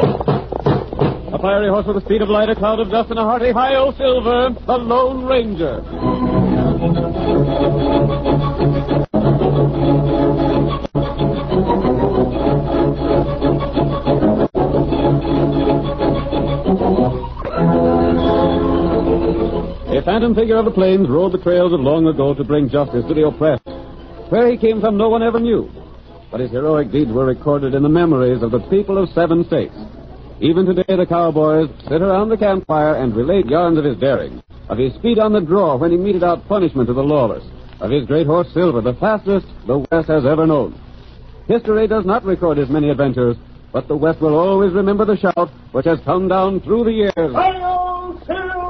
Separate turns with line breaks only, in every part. A fiery horse with the speed of light, a cloud of dust, and a hearty hi-yo silver, the Lone Ranger. A phantom figure of the plains rode the trails of long ago to bring justice to the oppressed. Where he came from, no one ever knew. But his heroic deeds were recorded in the memories of the people of seven states. Even today, the cowboys sit around the campfire and relate yarns of his daring, of his speed on the draw when he meted out punishment to the lawless, of his great horse Silver, the fastest the West has ever known. History does not record his many adventures, but the West will always remember the shout which has come down through the years.
Hail, Silver!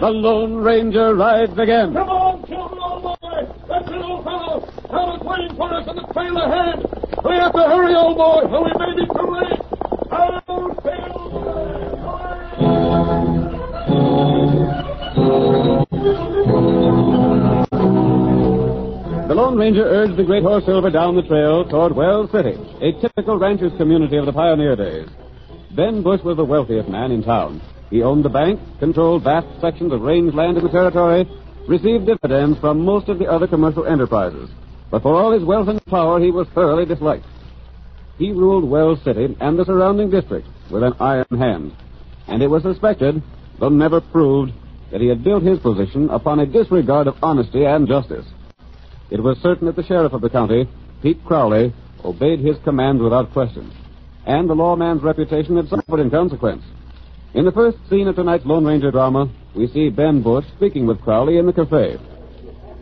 The Lone Ranger rides again.
Come on, children, old boy! That's it, old fellow! Town is waiting for us on the trail ahead! We have to hurry, old boy, or we may be too late! Hail, Silver!
The Lone Ranger urged the great horse Silver down the trail toward Wells City, a typical rancher's community of the pioneer days. Ben Bush was the wealthiest man in town. He owned the bank, controlled vast sections of rangeland in the territory, received dividends from most of the other commercial enterprises. But for all his wealth and power, he was thoroughly disliked. He ruled Wells City and the surrounding district with an iron hand, and it was suspected, though never proved, that he had built his position upon a disregard of honesty and justice. It was certain that the sheriff of the county, Pete Crowley, obeyed his commands without question, and the lawman's reputation had suffered in consequence. In the first scene of tonight's Lone Ranger drama, we see Ben Bush speaking with Crowley in the cafe.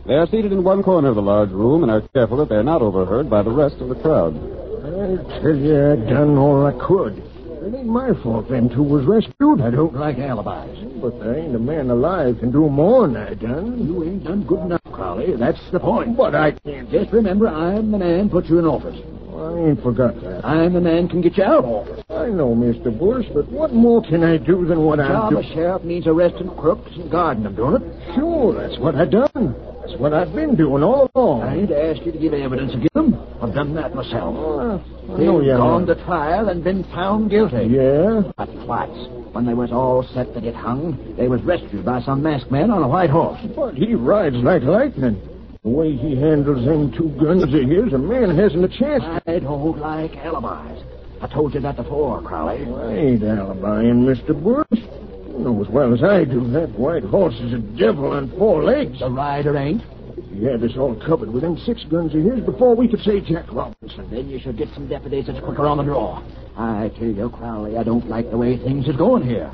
They are seated in one corner of the large room and are careful that they are not overheard by the rest of the crowd.
I tell you, I done all I could. It ain't my fault them two was rescued. I don't like alibis. But there ain't a man alive can do more than I done. You ain't done good enough, Crowley. That's the point. But I can't. Just remember, I'm the man put you in office. I ain't forgot
Uh,
that. I'm the man can get you out of office. I know, Mr. Bush, but what more can I do than what I
job
do?
of sheriff means arresting crooks and guarding them, don't it?
Sure, that's what I done. That's what I've been doing all along.
I ain't asked you to give evidence against them. I've done that myself.
Uh, I
They've
know you
gone
haven't.
to trial and been found guilty.
Yeah?
But twice, when they was all set to get hung, they was rescued by some masked man on a white horse.
But he rides like lightning. The way he handles them two guns of his, a man hasn't a chance.
I don't like alibis. I told you that before, Crowley.
I ain't alibiing, Mr. Bush. You know as well as I do that white horse is a devil on four legs.
The rider ain't.
He had us all covered with them six guns of his before we could say Jack Robinson.
Then you should get some deputies that's quicker on the draw. I tell you, Crowley, I don't like the way things is going here.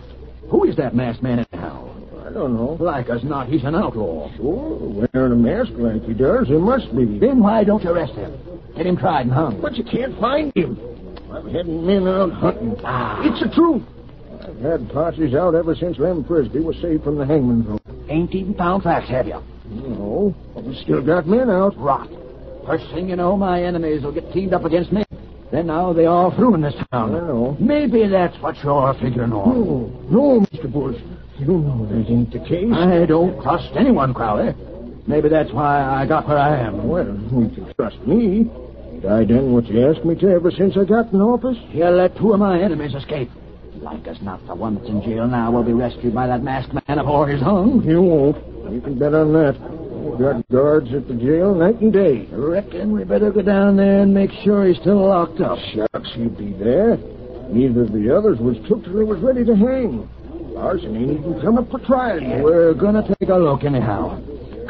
Who is that masked man anyhow?
I don't know.
Like as not, he's an outlaw.
Sure, wearing a mask like he does, he must be.
Then why don't you arrest him? Get him tried and hung.
But you can't find him. I've had men out hunting.
Ah.
It's the truth. I've had parties out ever since Lem Frisbee was saved from the hangman's rope.
Ain't even found facts, have you?
No, but we still got men out.
Rot. First thing you know, my enemies will get teamed up against me. Then now they all through in this
I
town.
know.
Maybe that's what you're figuring on.
No, no, Mr. Bush. You know that ain't the case.
I don't trust anyone, Crowley. Maybe that's why I got where I am.
Well, you can trust me. Ain't I done what you asked me to ever since I got in office?
He'll let two of my enemies escape. Like as not, the one that's in jail now will be rescued by that masked man before he's hung.
You won't. You can bet on that. We've got guards at the jail night and day.
Reckon we better go down there and make sure he's still locked up.
Shucks, he'd be there. Neither of the others was took till he was ready to hang. Larson ain't even come up for trial yet.
We're gonna take a look anyhow.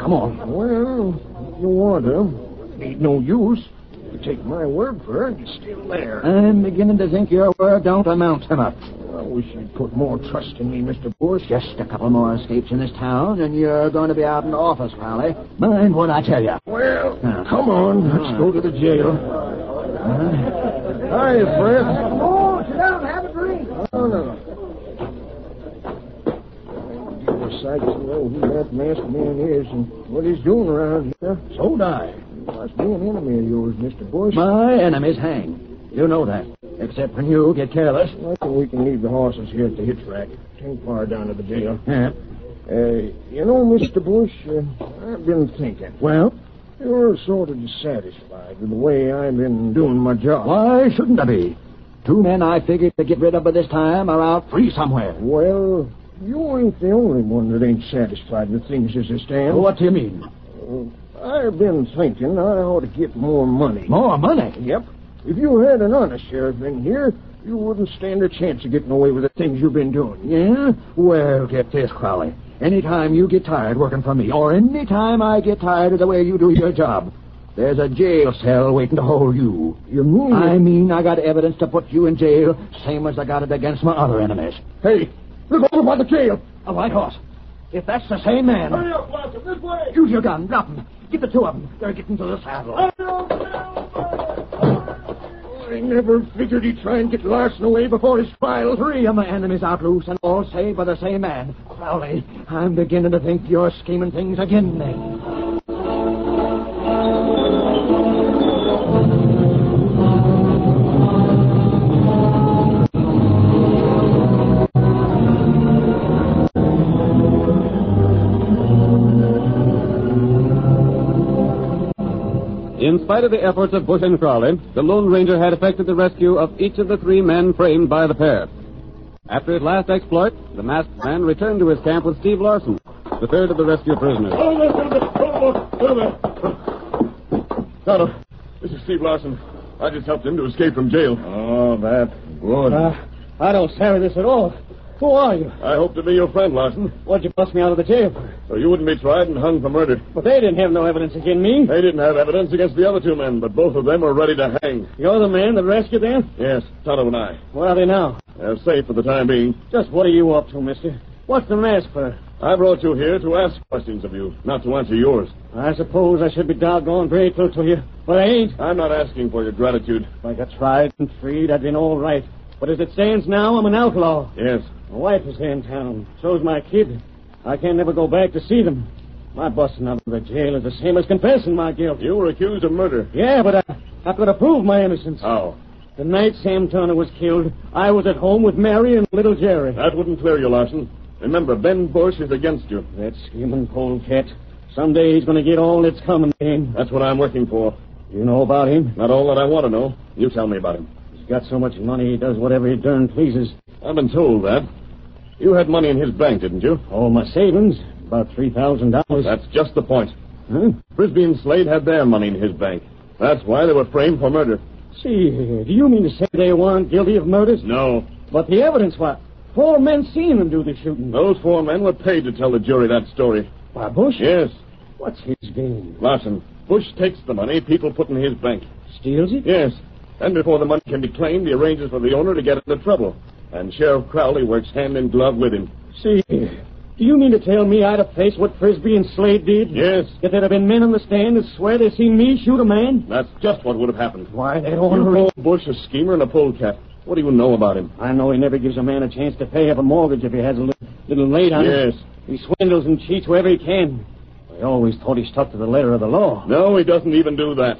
Come on.
Well, if you want to. Ain't no use. You take my word for it, he's still there.
I'm beginning to think your word don't amount to much.
I wish you'd put more trust in me, Mr. Bush.
Just a couple more escapes in this town, and you're going to be out in the office, Crowley. Mind what I tell you.
Well, come on. Let's go to the jail. Hi, Fred. Come on, sit down, have a drink. No, no. Give a sight to know who that masked man is and what he's doing around here.
So die.
He must be an enemy of yours, Mr. Bush.
My enemies hang. You know that. Except when you get careless.
I think we can leave the horses here at the hitch rack. Ain't far down to the jail.
Yeah.
Uh, you know, Mr. Bush, uh, I've been thinking.
Well,
You're sort of dissatisfied with the way I've been doing my job.
why shouldn't I be? Two men I figured to get rid of by this time are out free somewhere.
Well, you ain't the only one that ain't satisfied with things as they stand.
What do you mean?
I've been thinking I ought to get more money.
More money?
Yep. If you had an honest sheriff in here, you wouldn't stand a chance of getting away with the things you've been doing.
Yeah? Well, get this, Crowley. Anytime you get tired working for me, or anytime I get tired of the way you do your job, there's a jail cell waiting to hold you.
You mean?
I mean, I got evidence to put you in jail, same as I got it against my other enemies.
Hey, look over by the jail.
A white horse. If that's the same man,
Hurry up, Watson, this way!
use your gun, drop 'em. Get the two of 'em. They're getting to the
Oh,
saddle.
I never figured he'd try and get Larson away before his trial.
Three of my enemies out loose, and all saved by the same man. Crowley, I'm beginning to think you're scheming things again, then.
In spite of the efforts of Bush and Crowley, the Lone Ranger had effected the rescue of each of the three men framed by the pair. After his last exploit, the masked man returned to his camp with Steve Larson, the third of the rescue prisoners.
Oh,
Tonto, this is Steve Larson. I just helped him to escape from jail.
Oh, that good.
I don't savvy this at all. Uh, Who are you?
I hope to be your friend, Larson.
What'd you bust me out of the jail for?
So you wouldn't be tried and hung for murder.
But they didn't have no evidence against me.
They didn't have evidence against the other two men, but both of them were ready to hang.
You're the man that rescued them?
Yes, Tonto and I.
Where are they now?
They're safe for the time being.
Just what are you up to, mister? What's the mask for?
I brought you here to ask questions of you, not to answer yours.
I suppose I should be doggone grateful to you, but I ain't.
I'm not asking for your gratitude.
If I got tried and freed, I'd been all right. But as it stands now, I'm an outlaw.
Yes,
My wife is here in town. So's my kid. I can't never go back to see them. My busting out of the jail is the same as confessing my guilt.
you were accused of murder.
Yeah, but I, I've got to prove my innocence.
How?
The night Sam Turner was killed, I was at home with Mary and little Jerry.
That wouldn't clear you, Larson. Remember, Ben Bush is against you.
That scheming polecat. Someday he's going to get all that's coming to him.
That's what I'm working for.
You know about him?
Not all that I want to know. You tell me about him.
He's got so much money, he does whatever he darn pleases.
I've been told that. You had money in his bank, didn't you?
All my savings, about $3,000.
That's just the point.
Huh?
Frisbee and Slade had their money in his bank. That's why they were framed for murder.
See, here, do you mean to say they weren't guilty of murders?
No.
But the evidence was four men seen them do the shooting.
Those four men were paid to tell the jury that story.
Why, Bush?
Yes,
What's his game?
Larson. Bush takes the money people put in his bank.
Steals it?
Yes. And before the money can be claimed, he arranges for the owner to get into trouble. And Sheriff Crowley works hand in glove with him.
See, here, do you mean to tell me I'd have faced what Frisbee and Slade did?
Yes,
If there'd have been men on the stand that swear they seen me shoot a man?
that's just what would have happened.
Why, they
You
don't.
call Bush a schemer and a polecat. What do you know about him?
I know he never gives a man a chance to pay up a mortgage if he has a little, little late on it.
Yes.
He swindles and cheats wherever he can. I always thought he stuck to the letter of the law.
No, he doesn't even do that.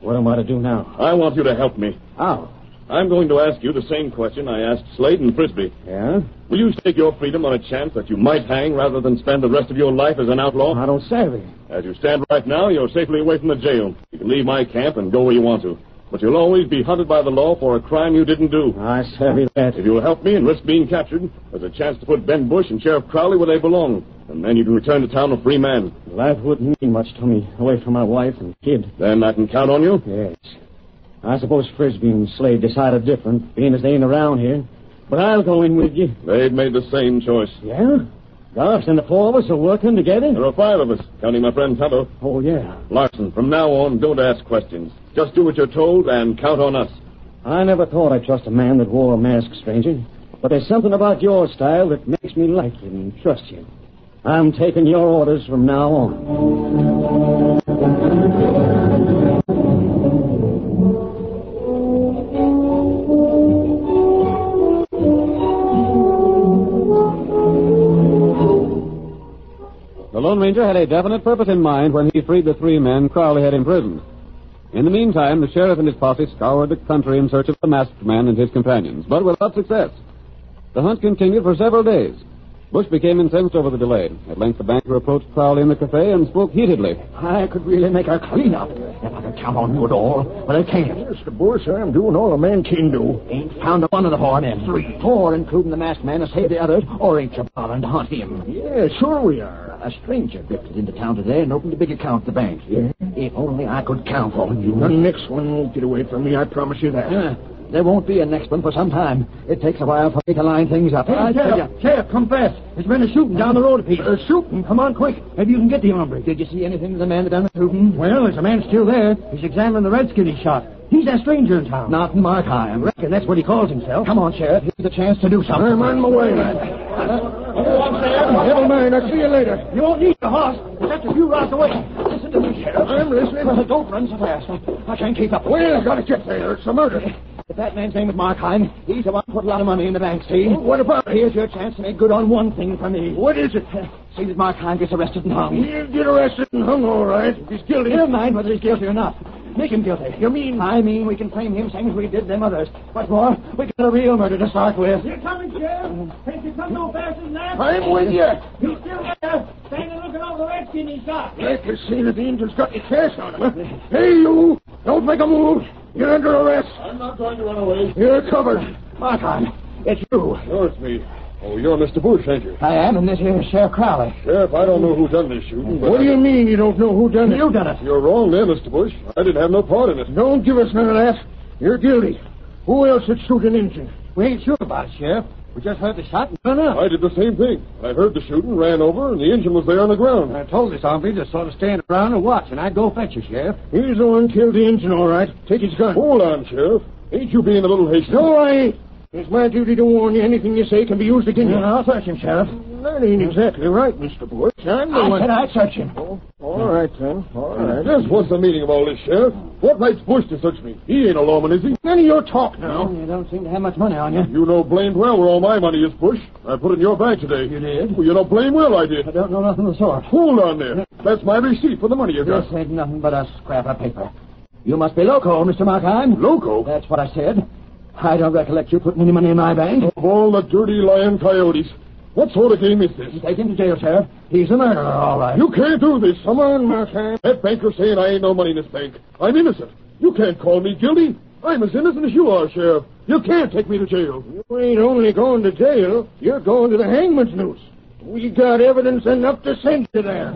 What am I to do now?
I want you to help me.
How?
I'm going to ask you the same question I asked Slade and Frisbee.
Yeah?
Will you stake your freedom on a chance that you might hang rather than spend the rest of your life as an outlaw?
I don't savvy.
As you stand right now, you're safely away from the jail. You can leave my camp and go where you want to. But you'll always be hunted by the law for a crime you didn't do.
I savvy that.
If you'll help me and risk being captured, there's a chance to put Ben Bush and Sheriff Crowley where they belong. And then you can return to town a free man.
That wouldn't mean much to me, away from my wife and kid.
Then I can count on you?
Yes. I suppose Frisbee and Slade decided different, being as they ain't around here. But I'll go in with you.
They've made the same choice.
Yeah? Gosh, and the four of us are working
There
together?
are five of us, counting my friend Tonto.
Oh, yeah.
Larson, from now on, don't ask questions. Just do what you're told and count on us.
I never thought I'd trust a man that wore a mask, stranger. But there's something about your style that makes me like you and trust you. I'm taking your orders from now on.
The Lone Ranger had a definite purpose in mind when he freed the three men Crowley had imprisoned. In the meantime, the sheriff and his posse scoured the country in search of the masked man and his companions, but without success. The hunt continued for several days. Bush became incensed over the delay. At length, the banker approached Crowley in the cafe and spoke heatedly.
I could really make a clean up if I could count on you at all, but I can't.
Mr. Bush, I'm doing all a man can do.
Ain't found one of the four men. Three. Four, including the masked man, to save the others, or ain't you bothering to hunt him?
Yeah, sure we are.
A stranger drifted into town today and opened a big account at the bank.
Yeah?
If only I could count
The
on you.
next one won't get away from me, I promise you that.
Uh, There won't be a next one for some time. It takes a while for me to line things up. I tell you.
Sheriff, come fast. There's been a shooting down the road a piece. A shooting? Come on, quick. Maybe you can get the hombre.
Did you see anything of the man that done the shooting?
Well, there's a man still there. He's examining the redskin he shot. He's a stranger in town.
Not in my time.
reckon that's what he calls himself.
Come on, Sheriff. Here's a chance to do something.
I'm on my way, lad. Never mind. I'll see you later. You won't need the horse. That's a few rods away. Listen to me, Sheriff. I'm listening.
Don't run so fast. I can't keep up.
Well, I gotta get there. It's a murder.
If that man's name is Markheim, he's the one who put a lot of money in the bank, see?
What about it?
Here's your chance to make good on one thing for me.
What is it?
See that Markheim gets arrested and hung.
He'll get arrested and hung, all right. If he's guilty.
Never mind whether he's guilty or not. Make him guilty.
You mean-
I mean we can frame him same as we did them others. What's more, we got a real murder to start with.
You're coming, Sheriff. Can't you come no faster than that?
I'm with you.
He's still there, standing looking over the redskin he shot.
Like to see that the Indian's got your cash on him. huh? Hey, you! Don't make a move. You're under arrest.
I'm not going to run away.
You're covered.
Markheim, it's you.
Sure, it's me. Oh, you're Mr. Bush, ain't you?
I am, and this here is Sheriff Crowley.
Sheriff, I don't know who done this shooting, but
What do you mean you don't know who done it?
You done it.
you're wrong there, Mr. Bush. I didn't have no part in it.
Don't give us none of that. You're guilty. Who else would shoot an Indian?
We ain't sure about it, Sheriff. We just heard the shot and run up.
I did the same thing. I heard the shooting, ran over, and the engine was there on the ground.
I told this hombre to sort of stand around and watch, and I'd go fetch you, Sheriff.
He's the one killed the Indian, all right. Take his gun.
Hold on, Sheriff. Ain't you being a little hasty?
No, I ain't. It's my duty to warn you. Anything you say can be used against you.
I'll search him, Sheriff.
That ain't exactly right, Mr. Bush. I'm the
I
one.
said I'd search him.
All right, then. All right.
Just what's the meaning of all this, Sheriff? What right's Bush to search me? He ain't a lawman, is he?
None of your talk now.
You don't seem to have much money on you.
You know blame well where all my money is, Bush. I put it in your bank today. You
did?
Well, you know blame well I did.
I don't know nothing of the sort.
Hold on there. That's my receipt for the money you
This
got.
ain't nothing but a scrap of paper. You must be loco, Mr. Markheim.
Loco?
That's what I said. I don't recollect you putting any money in my bank.
Of all the dirty lion coyotes, what sort of game is this?
Take him to jail, Sheriff. He's a murderer, all right.
You can't do this.
Come on, Martin.
That banker's saying I ain't no money in this bank. I'm innocent. You can't call me guilty. I'm as innocent as you are, Sheriff. You can't take me to jail.
You ain't only going to jail, you're going to the hangman's noose. We got evidence enough to send you there.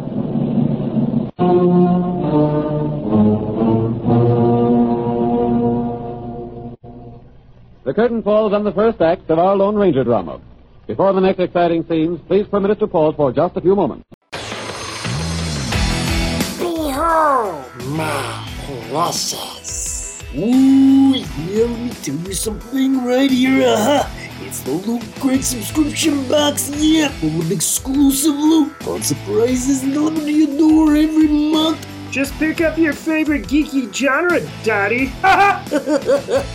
The curtain falls on the first act of our Lone Ranger drama. Before the next exciting scenes, please permit us to pause for just a few moments.
Behold my process. Ooh, yeah, let me tell you something right here. Uh-huh. It's the Loot Crate subscription box, yeah, full of exclusive loot, fun surprises delivered to your door every month.
Just pick up your favorite geeky genre, Daddy.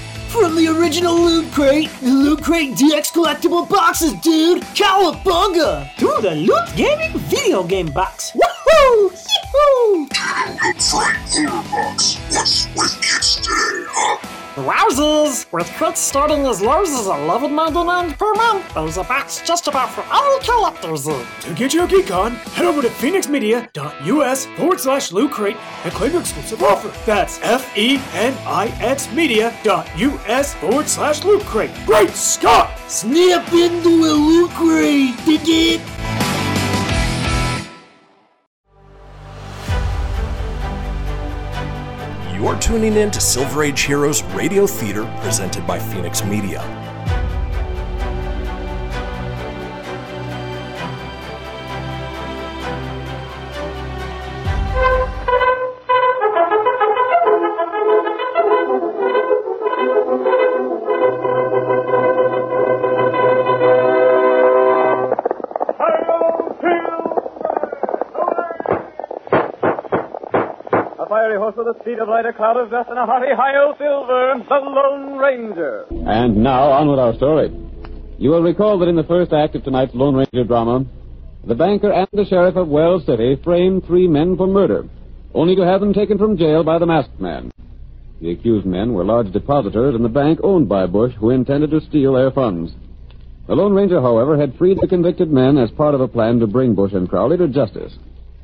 From the original Loot Crate, the Loot Crate DX collectible boxes, dude! Cowabunga! To the Loot Gaming video game box! Woohoo! Yee-hoo!
Loot Crate Theater Box. What's with kids today, huh? Wowzers! With quotes starting as low as $11.99 per month, there's a box just about for all collectors.
To get your geek on, head over to phoenixmedia.us forward slash loot crate and claim your exclusive offer. That's F E N I X media.us forward slash loot crate. Great Scott!
Snap into a loot crate, dig it?
You're tuning in to Silver Age Heroes Radio Theater presented by Phoenix Media.
A fiery horse with a speed of light, a cloud of dust, and a hearty high silver, the Lone Ranger.
And now, on with our story. You will recall that in the first act of tonight's Lone Ranger drama, the banker and the sheriff of Wells City framed three men for murder, only to have them taken from jail by the masked man. The accused men were large depositors in the bank owned by Bush, who intended to steal their funds. The Lone Ranger, however, had freed the convicted men as part of a plan to bring Bush and Crowley to justice.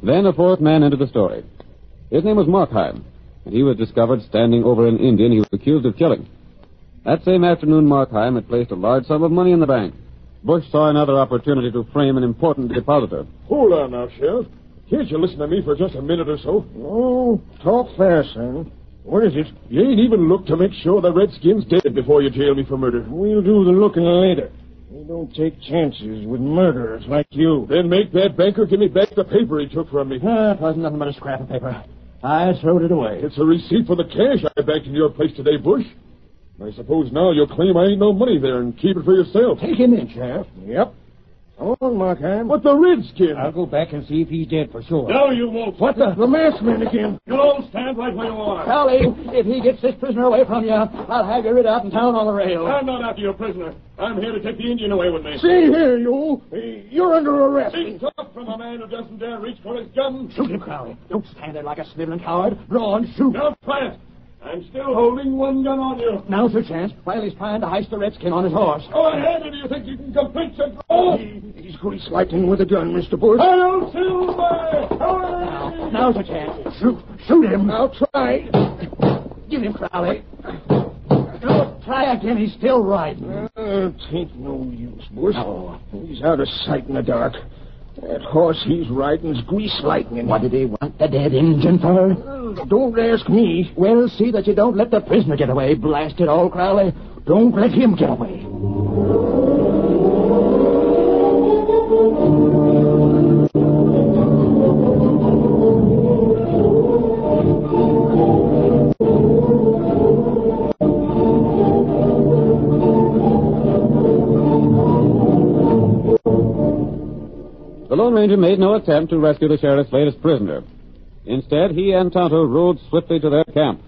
Then a fourth man entered the story. His name was Markheim, and he was discovered standing over an Indian he was accused of killing. That same afternoon, Markheim had placed a large sum of money in the bank. Bush saw another opportunity to frame an important depositor.
Hold on now, Sheriff. Can't you listen to me for just a minute or so?
Oh, talk fair, son.
What is it? You ain't even looked to make sure the Redskin's dead before you jail me for murder.
We'll do the looking later. We don't take chances with murderers like you.
Then make that banker give me back the paper he took from me.
Ah, it wasn't nothing but a scrap of paper. I throwed it away.
It's a receipt for the cash I banked in your place today, Bush. I suppose now you'll claim I ain't no money there and keep it for yourself.
Take him in, Sheriff.
Yep. Come on, Markham.
But the Redskin!
I'll go back and see if he's dead for sure.
No, you won't.
What the?
The masked man again.
You'll all stand right where you are.
Crowley, if he gets this prisoner away from you, I'll have you rid out in town on the rail.
I'm not after your prisoner. I'm here to take the Indian away with me.
See here, you. You're under arrest.
Big talk from a man who doesn't dare reach for his gun.
Shoot him, Crowley. Don't stand there like a sniveling coward. Draw and shoot.
Now try it. I'm still holding one gun on you.
Now's your chance while he's trying to heist the redskin on his horse.
Go ahead, if you think you can complete your draw.
He's grease lightning with a gun, Mr. Bush.
Hello, Silver!
Now, now's your chance.
Shoot, shoot him.
I'll try. Give him, Crowley. No, try again. He's still riding.
Uh, tain't no use, Bush.
No.
He's out of sight in the dark. That horse he's riding's grease lightning.
What did he want the dead engine for?
Uh, Don't ask me.
Well, see that you don't let the prisoner get away. Blast it all, Crowley. Don't let him get away.
The Lone Ranger made no attempt to rescue the sheriff's latest prisoner. Instead, he and Tonto rode swiftly to their camp.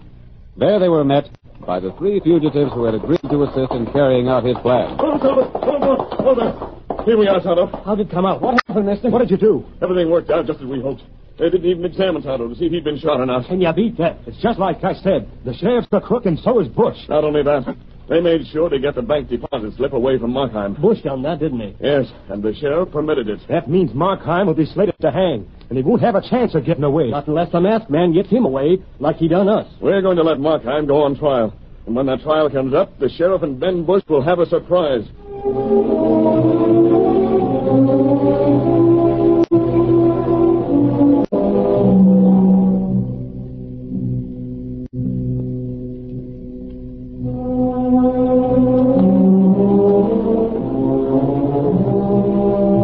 There they were met by the three fugitives who had agreed to assist in carrying out his plan.
Hold on, hold on, hold on. Here we are, Tonto.
How did it come out? What happened, mister? What did you do?
Everything worked out just as we hoped. They didn't even examine Tonto to see if he'd been shot or not.
Can you beat that? It's just like I said. The sheriff's the crook, and so is Bush.
Not only that, they made sure to get the bank deposit slip away from Markheim.
Bush done that, didn't he?
Yes, and the sheriff permitted it.
That means Markheim will be slated to hang, and he won't have a chance of getting away. Not unless the masked man gets him away, like he done us.
We're going to let Markheim go on trial. And when that trial comes up, the sheriff and Ben Bush will have a surprise.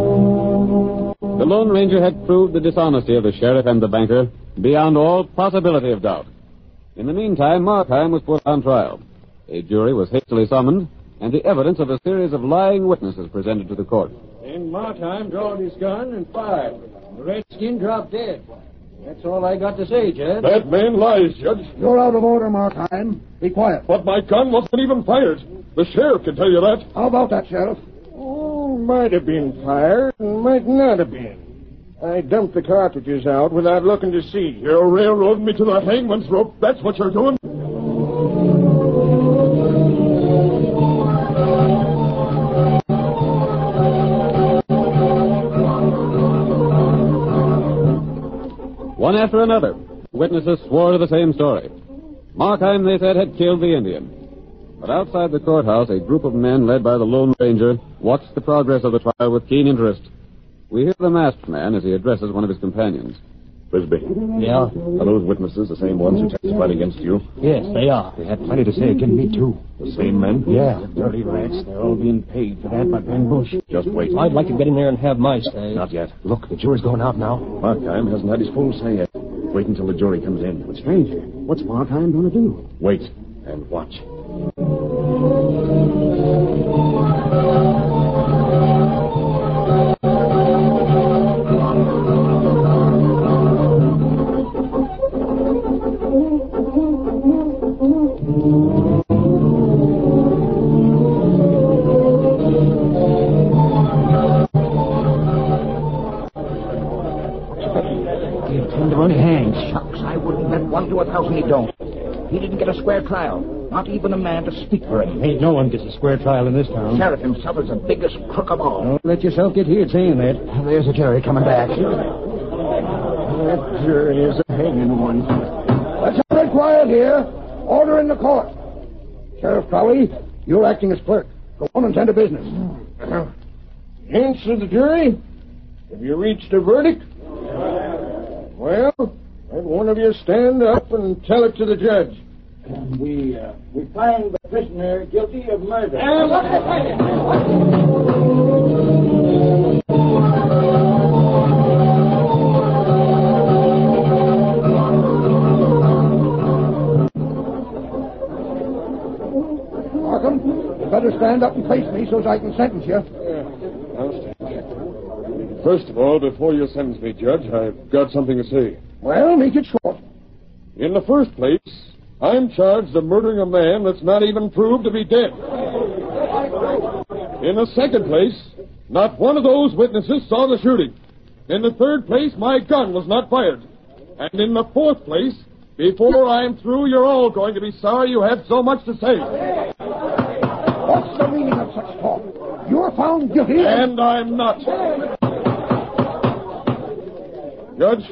The Lone Ranger had proved the dishonesty of the sheriff and the banker beyond all possibility of doubt. In the meantime, Markheim was put on trial. A jury was hastily summoned, and the evidence of a series of lying witnesses presented to the court.
And Markheim drawed his gun and fired. The redskin dropped dead. That's all I got to say, Judge.
That man lies, Judge.
You're out of order, Markheim. Be quiet.
But my gun wasn't even fired. The sheriff can tell you that.
How about that, Sheriff? Oh, might have been fired, and might not have been. I dumped the cartridges out without looking to see.
You're railroading me to the hangman's rope. That's what you're doing.
One after another, witnesses swore to the same story. Markheim, they said, had killed the Indian. But outside the courthouse, a group of men led by the Lone Ranger watched the progress of the trial with keen interest. We hear the masked man as he addresses one of his companions.
Frisbee.
Yeah?
Are those witnesses the same ones who testified against you?
Yes, they are. They had plenty to say against me, too.
The same men?
Yeah, dirty rats. They're all being paid for that by Ben Bush. Just wait. I'd like to get in there and have my say.
Not yet.
Look, the jury's going out now.
Markheim hasn't had his full say yet. Wait until the jury comes in. But
Stranger, what's Markheim going to do?
Wait and watch.
They intend to run hanged. Shucks, I wouldn't bet one to a thousand he don't. He didn't get a square trial. Not even a man to speak for him.
Ain't no one gets a square trial in this
The
town.
sheriff himself is the biggest crook of all.
Don't let yourself get here saying that. There's the jury coming back.
That jury is a hanging one. Let's have it quiet here. Order in the court. Sheriff Crowley, you're acting as clerk. Go on and tend to business.
Answer the jury? Have you reached a verdict? Well, let one of you stand up and tell it to the judge.
We, uh, we find the prisoner guilty of murder.
Markham, you better stand up and face me so as I can sentence you.
First of all, before you sentence me, Judge, I've got something to say.
Well, make it short.
In the first place, I'm charged of murdering a man that's not even proved to be dead. In the second place, not one of those witnesses saw the shooting. In the third place, my gun was not fired. And in the fourth place, before I'm through, you're all going to be sorry you had so much to say.
What's the meaning of such talk? You're found guilty.
And I'm not. Judge,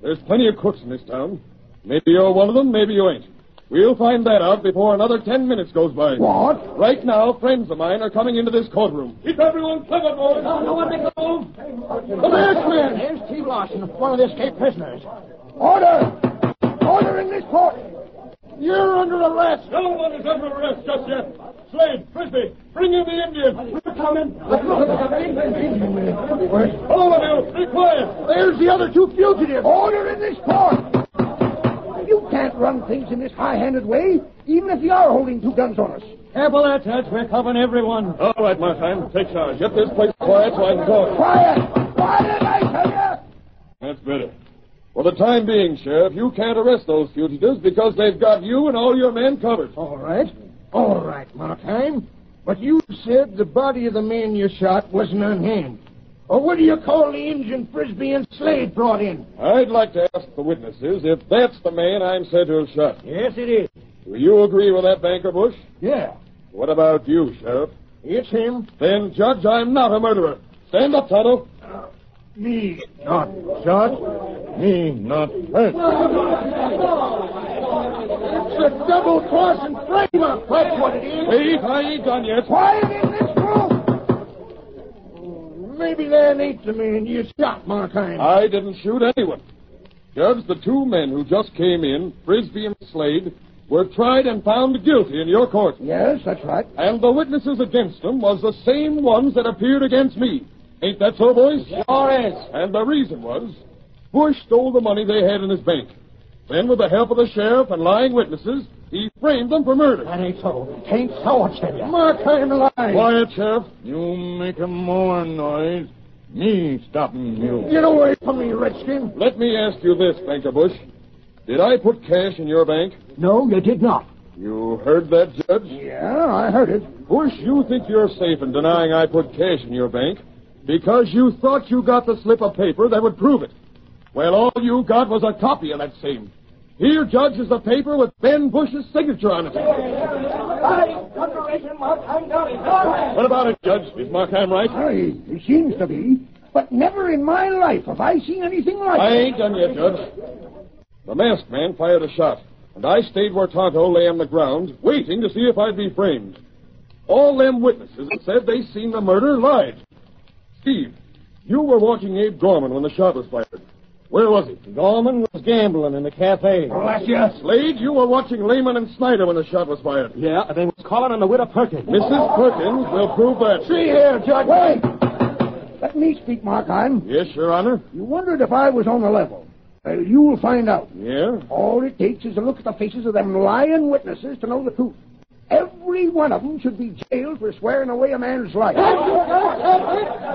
there's plenty of crooks in this town. Maybe you're one of them, maybe you ain't. We'll find that out before another ten minutes goes by. What? Right now, friends of mine are coming into this courtroom.
Keep everyone clever, boys.
No, no one
make a move.
The masked man. There's Steve Larson, one of the escaped prisoners. Order! Order in this court! You're under arrest.
No one is under arrest just yet. Slade, Frisbee, bring in the Indian. We're coming. All of you, be quiet.
There's the other two fugitives. Order in this court! You can't run things in this high-handed way, even if you are holding two guns on us.
Careful there, Judge. We're covering everyone.
All right, Markheim, take charge. Get this place quiet so I can talk.
Quiet! Quiet, I tell you!
That's better. For the time being, Sheriff, you can't arrest those fugitives because they've got you and all your men covered.
All right. All right, Markheim. But you said the body of the man you shot wasn't unhinged. Or what do you call the engine Frisbee and Slade brought in?
I'd like to ask the witnesses if that's the man I'm said to have shot.
Yes, it is.
Do you agree with that, Banker Bush?
Yeah.
What about you, Sheriff?
It's him.
Then, Judge, I'm not a murderer. Stand up, Tonto.
Uh, Me not shot. Me not hurt.
It's a double cross and frame up. That's what it is.
Chief, I ain't done yet.
Quiet in this room.
Maybe that ain't the man you shot, Markheim.
I didn't shoot anyone. Judge, the two men who just came in, Frisbee and Slade, were tried and found guilty in your court.
Yes, that's right.
And the witnesses against them was the same ones that appeared against me. Ain't that so, boys? Sure is. And the reason was, Bush stole the money they had in his bank. Then, with the help of the sheriff and lying witnesses, he framed them for murder. That ain't so.
Ain't so, I tell you. Markheim lies.
Quiet, Sheriff.
You make a more noise.
Me stopping you.
Get away from me, Redskin.
Let me ask you this, Banker Bush. Did I put cash in your bank?
No, you did not.
You heard that, Judge? Yeah,
Oh,
I heard it. Bush, you think you're safe in denying I put cash in your bank because you thought you got the slip of paper that would prove it. Well, all you got was a copy of that same. Here, Judge, is the paper with Ben Bush's signature on it. What about it, Judge? Is Markheim right?
He seems to be. But never in my life have I seen anything like
I
it.
ain't done yet, Judge. The masked man fired a shot, and I stayed where Tonto lay on the ground, waiting to see if I'd be framed. All them witnesses that said they seen the murder lied. Steve, you were watching Abe Gorman when the shot was fired. Where was he? Gorman was gambling in the cafe.
Bless you.
Slade, you were watching Lehman and Snyder when the shot was fired.
Yeah, they was calling on the widow Perkins.
Mrs. Perkins will prove that.
See here, Judge. Wait. Let me speak, Markheim.
Yes, Your Honor.
You wondered if I was on the level. Well, you will find out.
Yeah?
All it takes is a look at the faces of them lying witnesses to know the truth. Every one of them should be jailed for swearing away a man's life.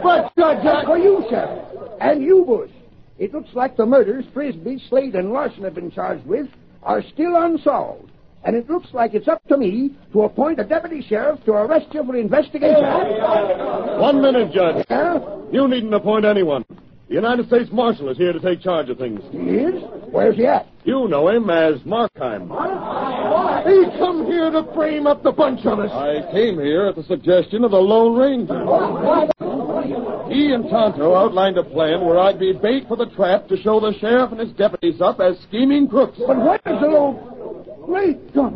but, Judge, that's for you, Sheriff, and you, Bush. It looks like the murders Frisbee, Slade, and Larson have been charged with are still unsolved. And it looks like it's up to me to appoint a deputy sheriff to arrest you for investigation.
One minute, Judge.
Yeah?
You needn't appoint anyone. The United States Marshal is here to take charge of things. He
is? Where's he at?
You know him as Markheim.
He come here to frame up the bunch of us.
I came here at the suggestion of the Lone Ranger. He and Tonto outlined a plan where I'd be bait for the trap to show the sheriff and his deputies up as scheming crooks.
But where's the Lone... Great gun.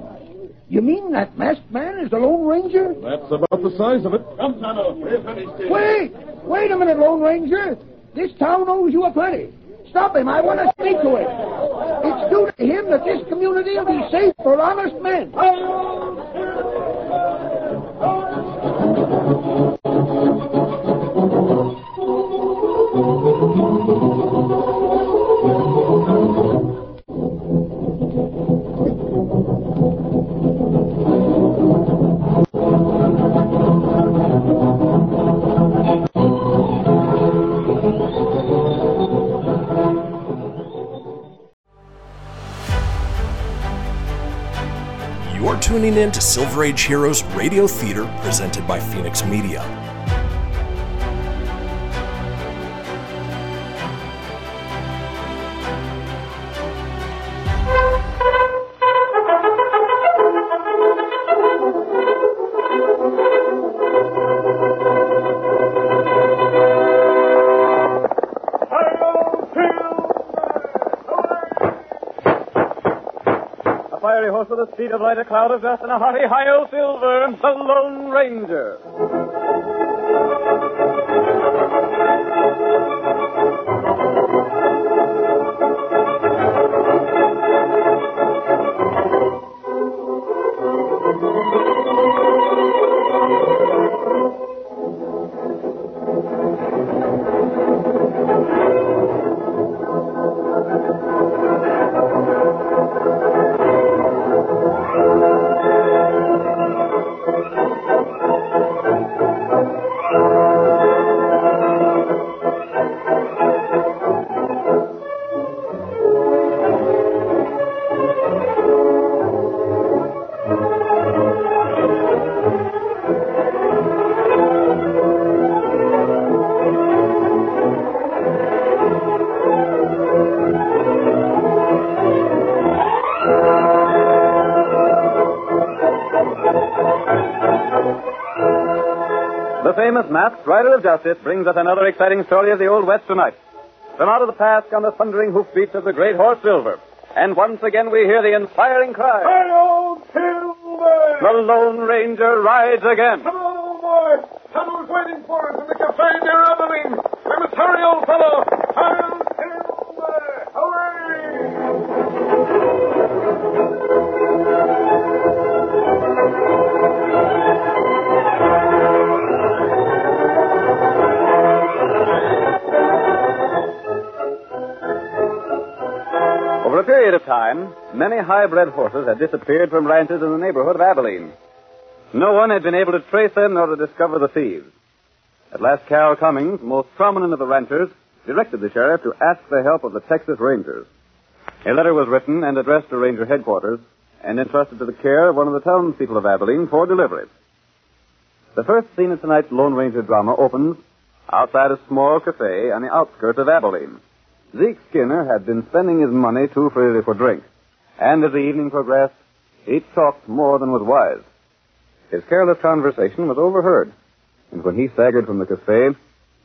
You mean that masked man is the Lone Ranger?
That's about the size of it.
Come, Tonto. We're finished here. Wait! Wait a minute, Lone Ranger. This town owes you a plenty. Stop him. I want to speak to him. It's due to him that this community will be safe for honest men.
You're tuning in to Silver Age Heroes Radio Theater presented by Phoenix Media.
A fiery horse with a speed of light, a cloud of dust, and a hearty high-o silver, the Lone Ranger. The famous masked rider of justice brings us another exciting story of the Old West tonight. From out of the past come the thundering hoofbeats of the great horse Silver. And once again we hear the inspiring cry.
Hello, Silver!
The Lone Ranger rides again.
Come on, old boy! Tunnel's waiting for us in the cafe near Abilene. We must hurry, old fellow. Hello, Silver!
Over a period of time, many high-bred horses had disappeared from ranches in the neighborhood of Abilene. No one had been able to trace them nor to discover the thieves. At last, Carol Cummings, most prominent of the ranchers, directed the sheriff to ask the help of the Texas Rangers. A letter was written and addressed to Ranger headquarters and entrusted to the care of one of the townspeople of Abilene for delivery. The first scene of tonight's Lone Ranger drama opens outside a small cafe on the outskirts of Abilene. Zeke Skinner had been spending his money too freely for drink, and as the evening progressed, he talked more than was wise. His careless conversation was overheard, and when he staggered from the cafe,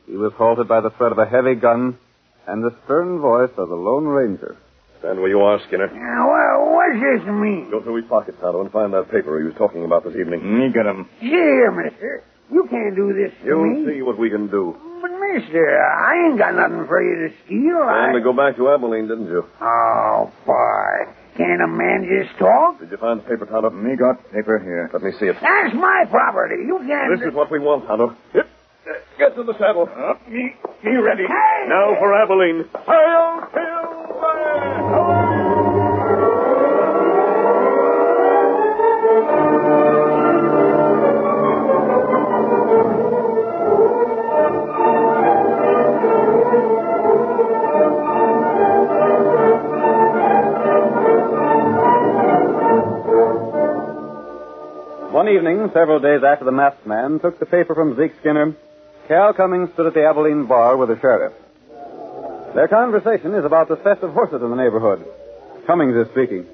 He was halted by the threat of a heavy gun and the stern voice of the Lone Ranger.
Stand where you are, Skinner.
uh,
Well, what does this mean?
Go through his pocket, Tonto, and find that paper he was talking about this evening.
You
got him.
Here, mister. You can't do this to
You'll
me.
see what we can do.
But, mister, I ain't got nothing for you to steal.
Planned
I...
to go back to Abilene, didn't you?
Oh, boy. Can't a man just talk?
Did you find the paper, Tonto? Me got paper here. Let me see it.
That's my property. You can't...
This is what we want, Tonto. Yep.
Get to the saddle. me, me ready. Hey!
Now for Abilene.
Hail,
One evening, several days after the masked man took the paper from Zeke Skinner, Cal Cummings stood at the Abilene bar with the sheriff. Their conversation is about the theft of horses in the neighborhood. Cummings is speaking.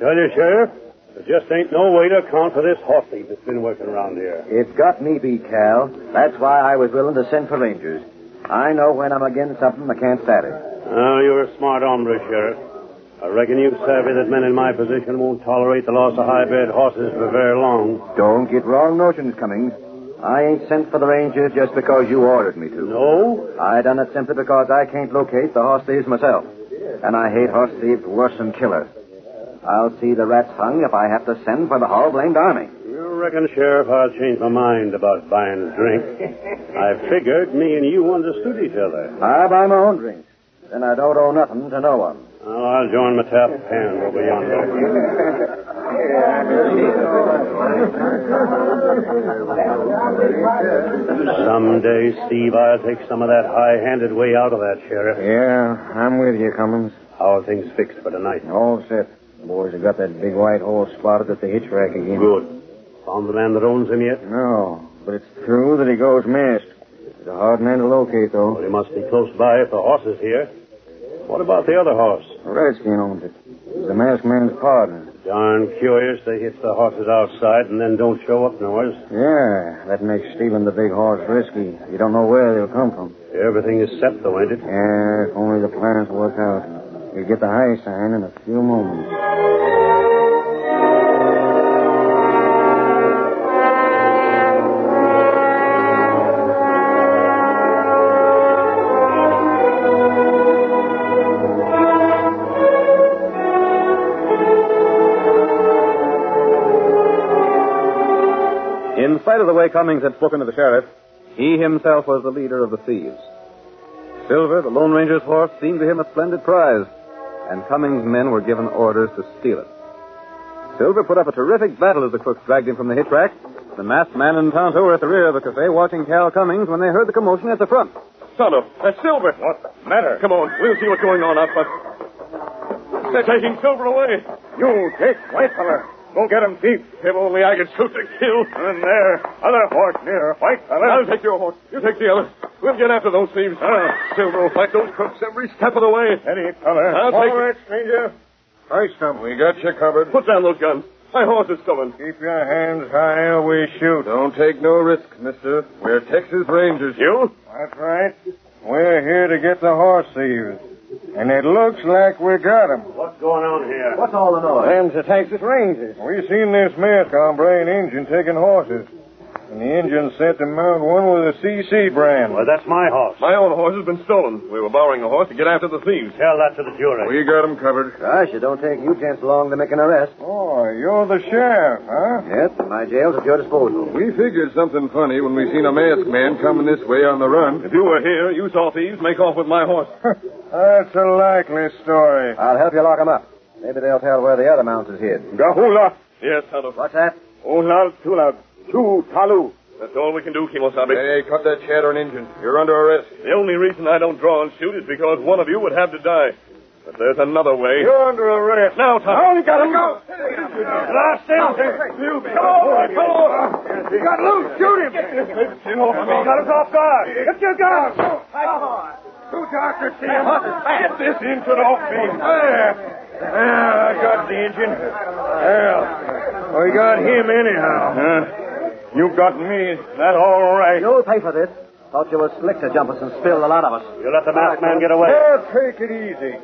Tell you, Sheriff, there just ain't no way to account for this horse thief that's been working around here.
It got me beat, Cal. That's why I was willing to send for rangers. I know when I'm against something, I can't stand it.
Oh, you're a smart hombre, Sheriff. I reckon you savvy that men in my position won't tolerate the loss of high-bred horses for very long.
Don't get wrong notions, Cummings. I ain't sent for the rangers just because you ordered me to.
No?
I done it simply because I can't locate the horse thieves myself. And I hate horse thieves worse than killers. I'll see the rats hung if I have to send for the whole blamed army.
You reckon, Sheriff, I'll change my mind about buying a drink. I figured me and you understood each other.
I buy my own drinks. Then I don't owe nothing to no one.
Well, I'll join my tap hand over yonder. Someday, Steve, I'll take some of that high-handed way out of that, Sheriff.
Yeah, I'm with you, Cummings.
How are things fixed for tonight?
All set. The boys have got that big white horse spotted at the hitch rack again.
Good. Found the man that owns him yet?
No, but it's true that he goes missed. He's a hard man to locate, though.
Well, he must be close by if the horse is here. What about the other horse?
Redskin owns it. He's the masked man's partner.
Darn curious they hit the horses outside and then don't show up nowhere.
Yeah, that makes stealing the big horse risky. You don't know where they'll come from.
Everything is set, though, ain't it?
Yeah, if only the plans work out. You'll get the high sign in a few moments.
In spite of the way Cummings had spoken to the sheriff, he himself was the leader of the thieves. Silver, the Lone Ranger's horse, seemed to him a splendid prize, and Cummings' men were given orders to steal it. Silver put up a terrific battle as the crooks dragged him from the hitch rack. The masked man and Tonto were at the rear of the cafe watching Cal Cummings when they heard the commotion at the front.
Tonto, that's Uh, Silver. What matter? Come on, we'll see what's going on out front. They're taking Silver away.
You, Dick, white feller. Go get him, Chief. If only I could shoot to kill. And there, other horse near, white feller.
I'll take your horse. You take the other. We'll get after those thieves. Silver will fight those crooks every step of the way.
Uh-huh. Steady, feller.
I'll
All
take
right, stranger. I stump. We got you covered.
Put down those guns. My horse is stolen.
Keep your hands high or we shoot. Don't take no risks, mister. We're Texas Rangers.
You?
That's right. We're here to get the horse thieves. And it looks like we got 'em.
What's going on here?
What's all the noise? Them's the Texas Rangers. We seen this mask hombre and Indian taking horses. And the Indian sent to mount one with a CC brand.
Well, that's my horse.
My own horse has been stolen. We were borrowing a horse to get after the thieves.
Tell that to the jury.
We got 'em covered.
Gosh, it don't take you gents long to make an arrest.
Oh, you're the sheriff, huh?
Yes, my jail's at your disposal.
We figured something funny when we seen a masked man coming this way on the run.
If you were here, you saw thieves make off with my horse.
That's a likely story.
I'll help you lock 'em up. Maybe they'll tell where the other mounts is hid.
Gahula. Yes, Tonto.
What's that?
Olal Tulab. Chu Talu. That's all we can do, Kimosabe.
Hey, cut that chattering engine. You're under arrest.
The only reason I don't draw and shoot is because one of you would have to die. But there's another way.
You're under arrest.
Now, Tonto.
Now you gotta
go.
Last
Come on, fellow.
He got loose. Shoot him. Get off me. Got us off guard. Get your guard. Two doctors see him. Get this infant off me. There. There, I got the engine. Well, we
Uh,
got him anyhow. you got me. That's all right.
You'll pay for this.
Thought you were slick to jump us and spill the lot of us.
You let the masked man get away.
Now, take it easy.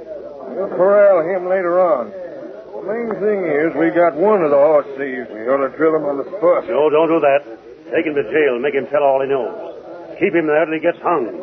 We'll corral him later on. The main thing is we got one of the horse thieves. We ought to drill him on the spot.
No, don't do that. Take him to jail and make him tell all he knows. Keep him there till he gets hung.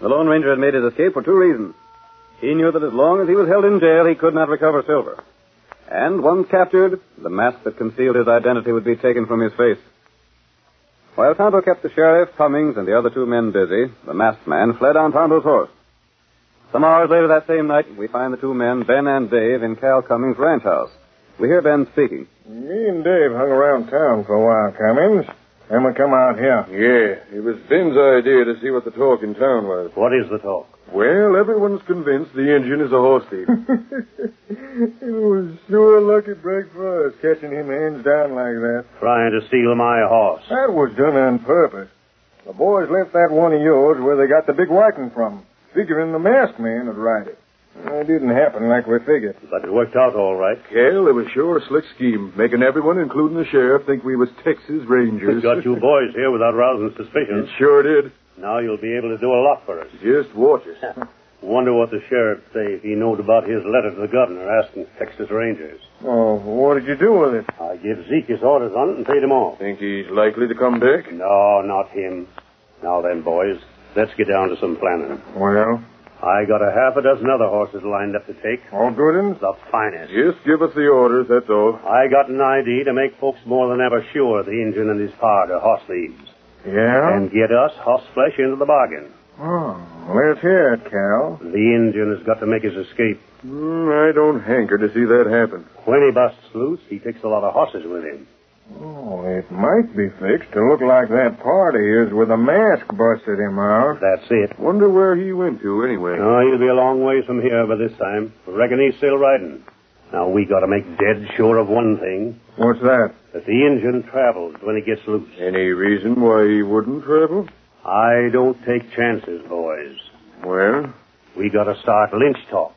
The Lone Ranger had made his escape for two reasons. He knew that as long as he was held in jail, he could not recover silver. And once captured, the mask that concealed his identity would be taken from his face. While Tonto kept the sheriff, Cummings, and the other two men busy, the masked man fled on Tonto's horse. Some hours later that same night, we find the two men, Ben and Dave, in Cal Cummings' ranch house. We hear Ben speaking.
Me and Dave hung around town for a while, Cummings. Then we come out here. Yeah, it was Ben's idea to see what the talk in town was.
What is the talk?
Well, everyone's convinced the Indian is a horse thief.
it was sure lucky break for us catching him hands down like that.
Trying to steal my horse.
That was done on purpose. The boys left that one of yours where they got the big whacking from, figuring the masked man would ride it. It didn't happen like we figured.
But it worked out all right.
Cal, it was sure a slick scheme, making everyone, including the sheriff, think we was Texas Rangers.
We got you boys here without rousing suspicion.
It sure did.
Now you'll be able to do a lot for us.
Just watch us.
Wonder what the sheriff say if he knowed about his letter to the governor asking Texas Rangers.
Oh, what did you do with it?
I give Zeke his orders on it and paid him off.
Think he's likely to come back?
No, not him. Now then, boys, let's get down to some planning.
Well,
I got a half a dozen other horses lined up to take.
all good uns?
The finest.
Just give us the orders, that's all.
I got an idea to make folks more than ever sure the Injun and his pard are horse thieves.
Yeah?
And get us horse flesh into the bargain.
Oh, let's hear it, Cal.
The Injun has got to make his escape.
Mm, I don't hanker to see that happen.
When he busts loose, he takes a lot of horses with him.
Oh, it might be fixed to look like that party is with a mask busted him out.
That's it.
Wonder where he went to, anyway.
Oh, he'll be a long ways from here by this time. Reckon he's still riding. Now we got to make dead sure of one thing:
What's that?
that the Injun travels when he gets loose.
Any reason why he wouldn't travel?
I don't take chances, boys.
Well?
We got to start lynch talk.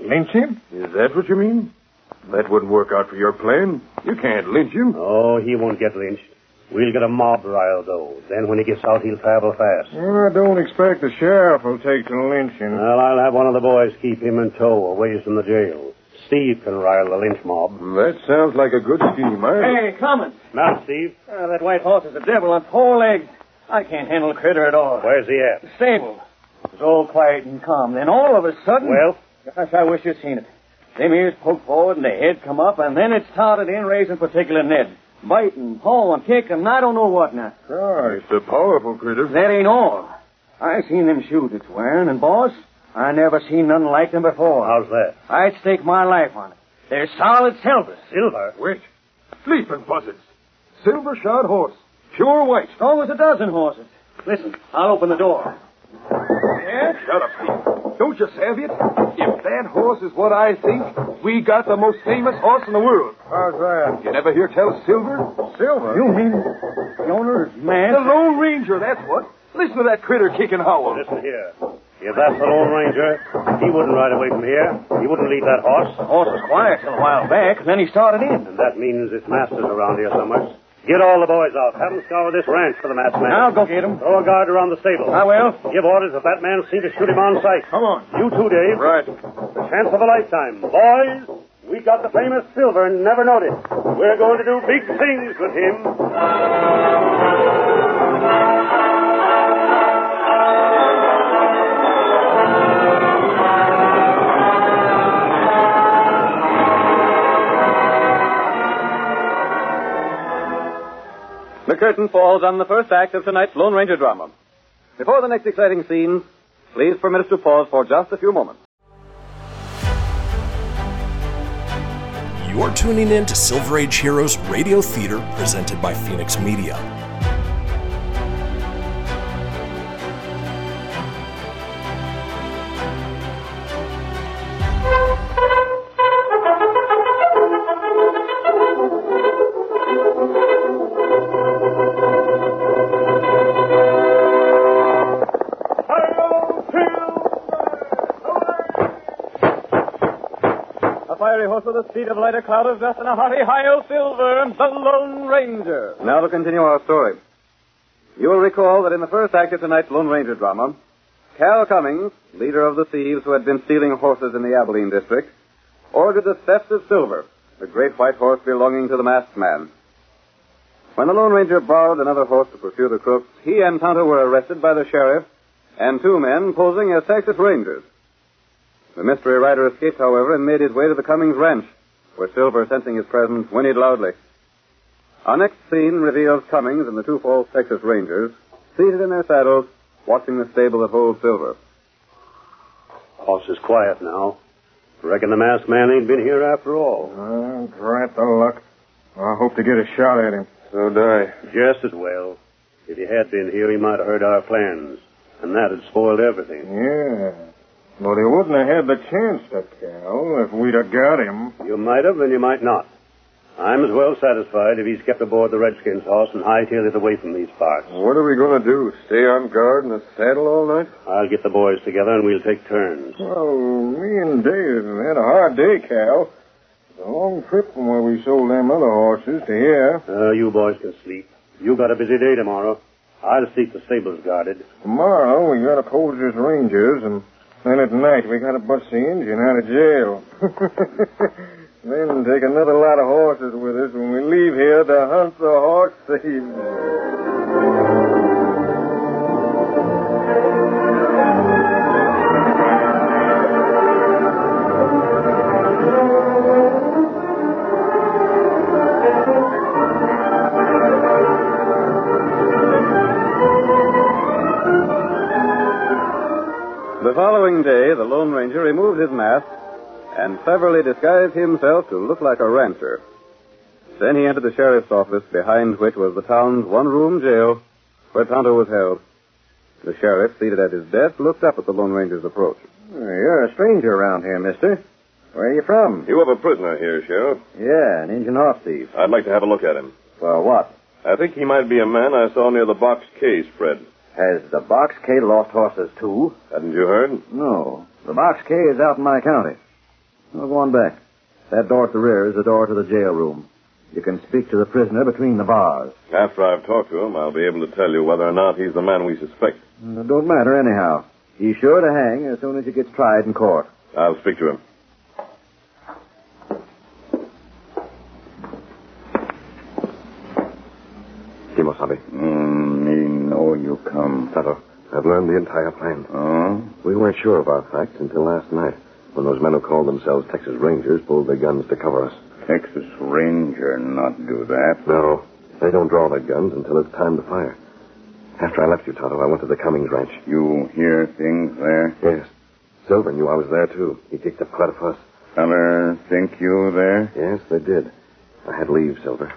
Lynch him?
Is that what you mean? That wouldn't work out for your plan. You can't lynch him.
Oh, he won't get lynched. We'll get a mob riled, though. Then when he gets out, he'll travel fast.
Well, I don't expect the sheriff will take to lynching.
Well, I'll have one of the boys keep him in tow away from the jail. Steve can rile the lynch mob.
That sounds like a good scheme, eh?
Hey, Cummins.
Now, Steve,
Ah, that white horse is a devil on four legs. I can't handle a critter at all.
where's he at?
Stable. It was all quiet and calm. Then all of a sudden.
Well?
Gosh, I wish you'd seen it. Them ears poked forward and the head come up, and then it started in raising particular Ned. Biting, pawing, kicking, I don't know what now.
Gosh, it's a powerful critter.
That ain't all. I seen them shoes it's wearing, and boss, I never seen nothing like them before.
How's that?
I'd stake my life on it. They're solid silver.
Silver?
Wait. Sleeping buzzards. Silver shod horse.
Pure white. Almost a dozen horses. Listen, I'll open the door.
Yeah? Shut up, Steve. Don't you savvy it? If that horse is what I think, we got the most famous horse in the world.
How's that?
You never hear tell of Silver?
Silver?
You mean the owner is mad?
The Lone Ranger, that's what. Listen to that critter kicking howl.
Listen here. If that's the Lone Ranger, he wouldn't ride away from here. He wouldn't leave that horse.
The horse was quiet till a while back, and then he started in.
And that means his master's around here somewhere. Get all the boys out. Have them scour this ranch for the masked man.
I'll go get him.
Throw a guard around the stable.
I will.
Give orders if that man's seen to shoot him on sight.
Ah, Come on.
You too, Dave.
Right.
The chance of a lifetime. Boys, we got the famous silver and never noticed. We're going to do big things with him.
The curtain falls on the first act of tonight's Lone Ranger drama. Before the next exciting scene, please permit us to pause for just a few moments.
You're tuning in to Silver Age Heroes Radio Theater presented by Phoenix Media.
Thank you.
horse with the speed of light, a cloud of dust, and a hearty high of silver, the Lone Ranger. Now to continue our story. You will recall that in the first act of tonight's Lone Ranger drama, Cal Cummings, leader of the thieves who had been stealing horses in the Abilene district, ordered the theft of silver, the great white horse belonging to the masked man. When the Lone Ranger borrowed another horse to pursue the crooks, he and Tonto were arrested by the sheriff and two men posing as Texas Rangers. The mystery rider escaped, however, and made his way to the Cummings ranch, where Silver, sensing his presence, whinnied loudly. Our next scene reveals Cummings and the two false Texas Rangers seated in their saddles, watching the stable that holds Silver.
Horse is quiet now. Reckon the masked man ain't been here after all.
Uh, drat the luck. I hope to get a shot at him. So do I.
Just as well. If he had been here, he might have heard our plans, and that had spoiled everything.
Yeah. Well, he wouldn't have had the chance to tell if we'd have got him.
You might have, and you might not. I'm as well satisfied if he's kept aboard the Redskins' horse and hightailed it away from these parts.
What are we going to do? Stay on guard in the saddle all night?
I'll get the boys together, and we'll take turns.
Well, me and Dave had a hard day, Cal. It's a long trip from where we sold them other horses to here.
Uh, you boys can sleep. You got a busy day tomorrow. I'll see if the stable's guarded.
Tomorrow we got to pose as rangers, and then at night we got to bust the engine out of jail. then take another lot of horses with us when we leave here to hunt the horse thieves.
The following day, the Lone Ranger removed his mask and cleverly disguised himself to look like a rancher. Then he entered the sheriff's office, behind which was the town's one room jail where Tonto was held. The sheriff, seated at his desk, looked up at the Lone Ranger's approach.
You're a stranger around here, mister. Where are you from?
You have a prisoner here, Sheriff.
Yeah, an engine horse thief.
I'd like to have a look at him.
For what?
I think he might be a man I saw near the box K spread.
Has the Box K lost horses, too?
Hadn't you heard?
No. The Box K is out in my county. Well, go on back. That door at the rear is the door to the jail room. You can speak to the prisoner between the bars.
After I've talked to him, I'll be able to tell you whether or not he's the man we suspect.
It Uh, don't matter anyhow. He's sure to hang as soon as he gets tried in court.
I'll speak to him.
Kimosabe. Mm, me know you come. Tato, I've learned the entire plan. Oh? We weren't sure of our facts until last night when those men who called themselves Texas Rangers pulled their guns to cover us. Texas Ranger not do that. No, they don't draw their guns until it's time to fire. After I left you, Tonto, I went to the Cummings ranch. You hear things there? Yes. Silver knew I was there, too. He kicked up quite a fuss. Feller think you there? Yes, they did. I had leave, Silver.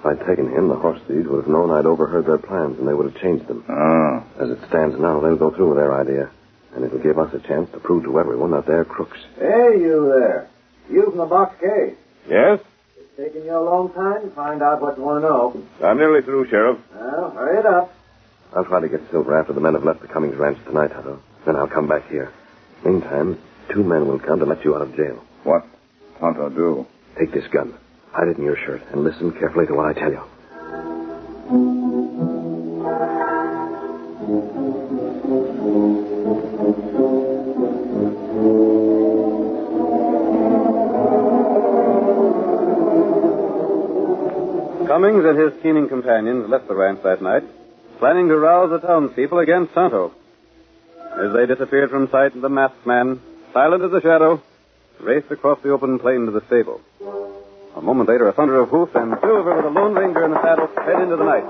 If I'd taken him, the horse thieves would have known I'd overheard their plans, and they would have changed them.
Ah.
Oh. As it stands now, they'll go through with their idea. And it'll give us a chance to prove to everyone that they're crooks.
Hey, you there. You from the box cave.
Yes?
It's taken you a long time to find out what you want to know.
I'm nearly through, Sheriff.
Well, hurry it up.
I'll try to get Silver after the men have left the Cummings ranch tonight, Tonto. Then I'll come back here. Meantime, two men will come to let you out of jail. What Tonto do? Take this gun. Hide it in your shirt and listen carefully to what I tell you.
Cummings and his keening companions left the ranch that night, planning to rouse the townspeople against Tonto. As they disappeared from sight, the masked man, silent as a shadow, raced across the open plain to the stable. A moment later, a thunder of hoofs and Silver with a Lone Ranger in a saddle sped into the night.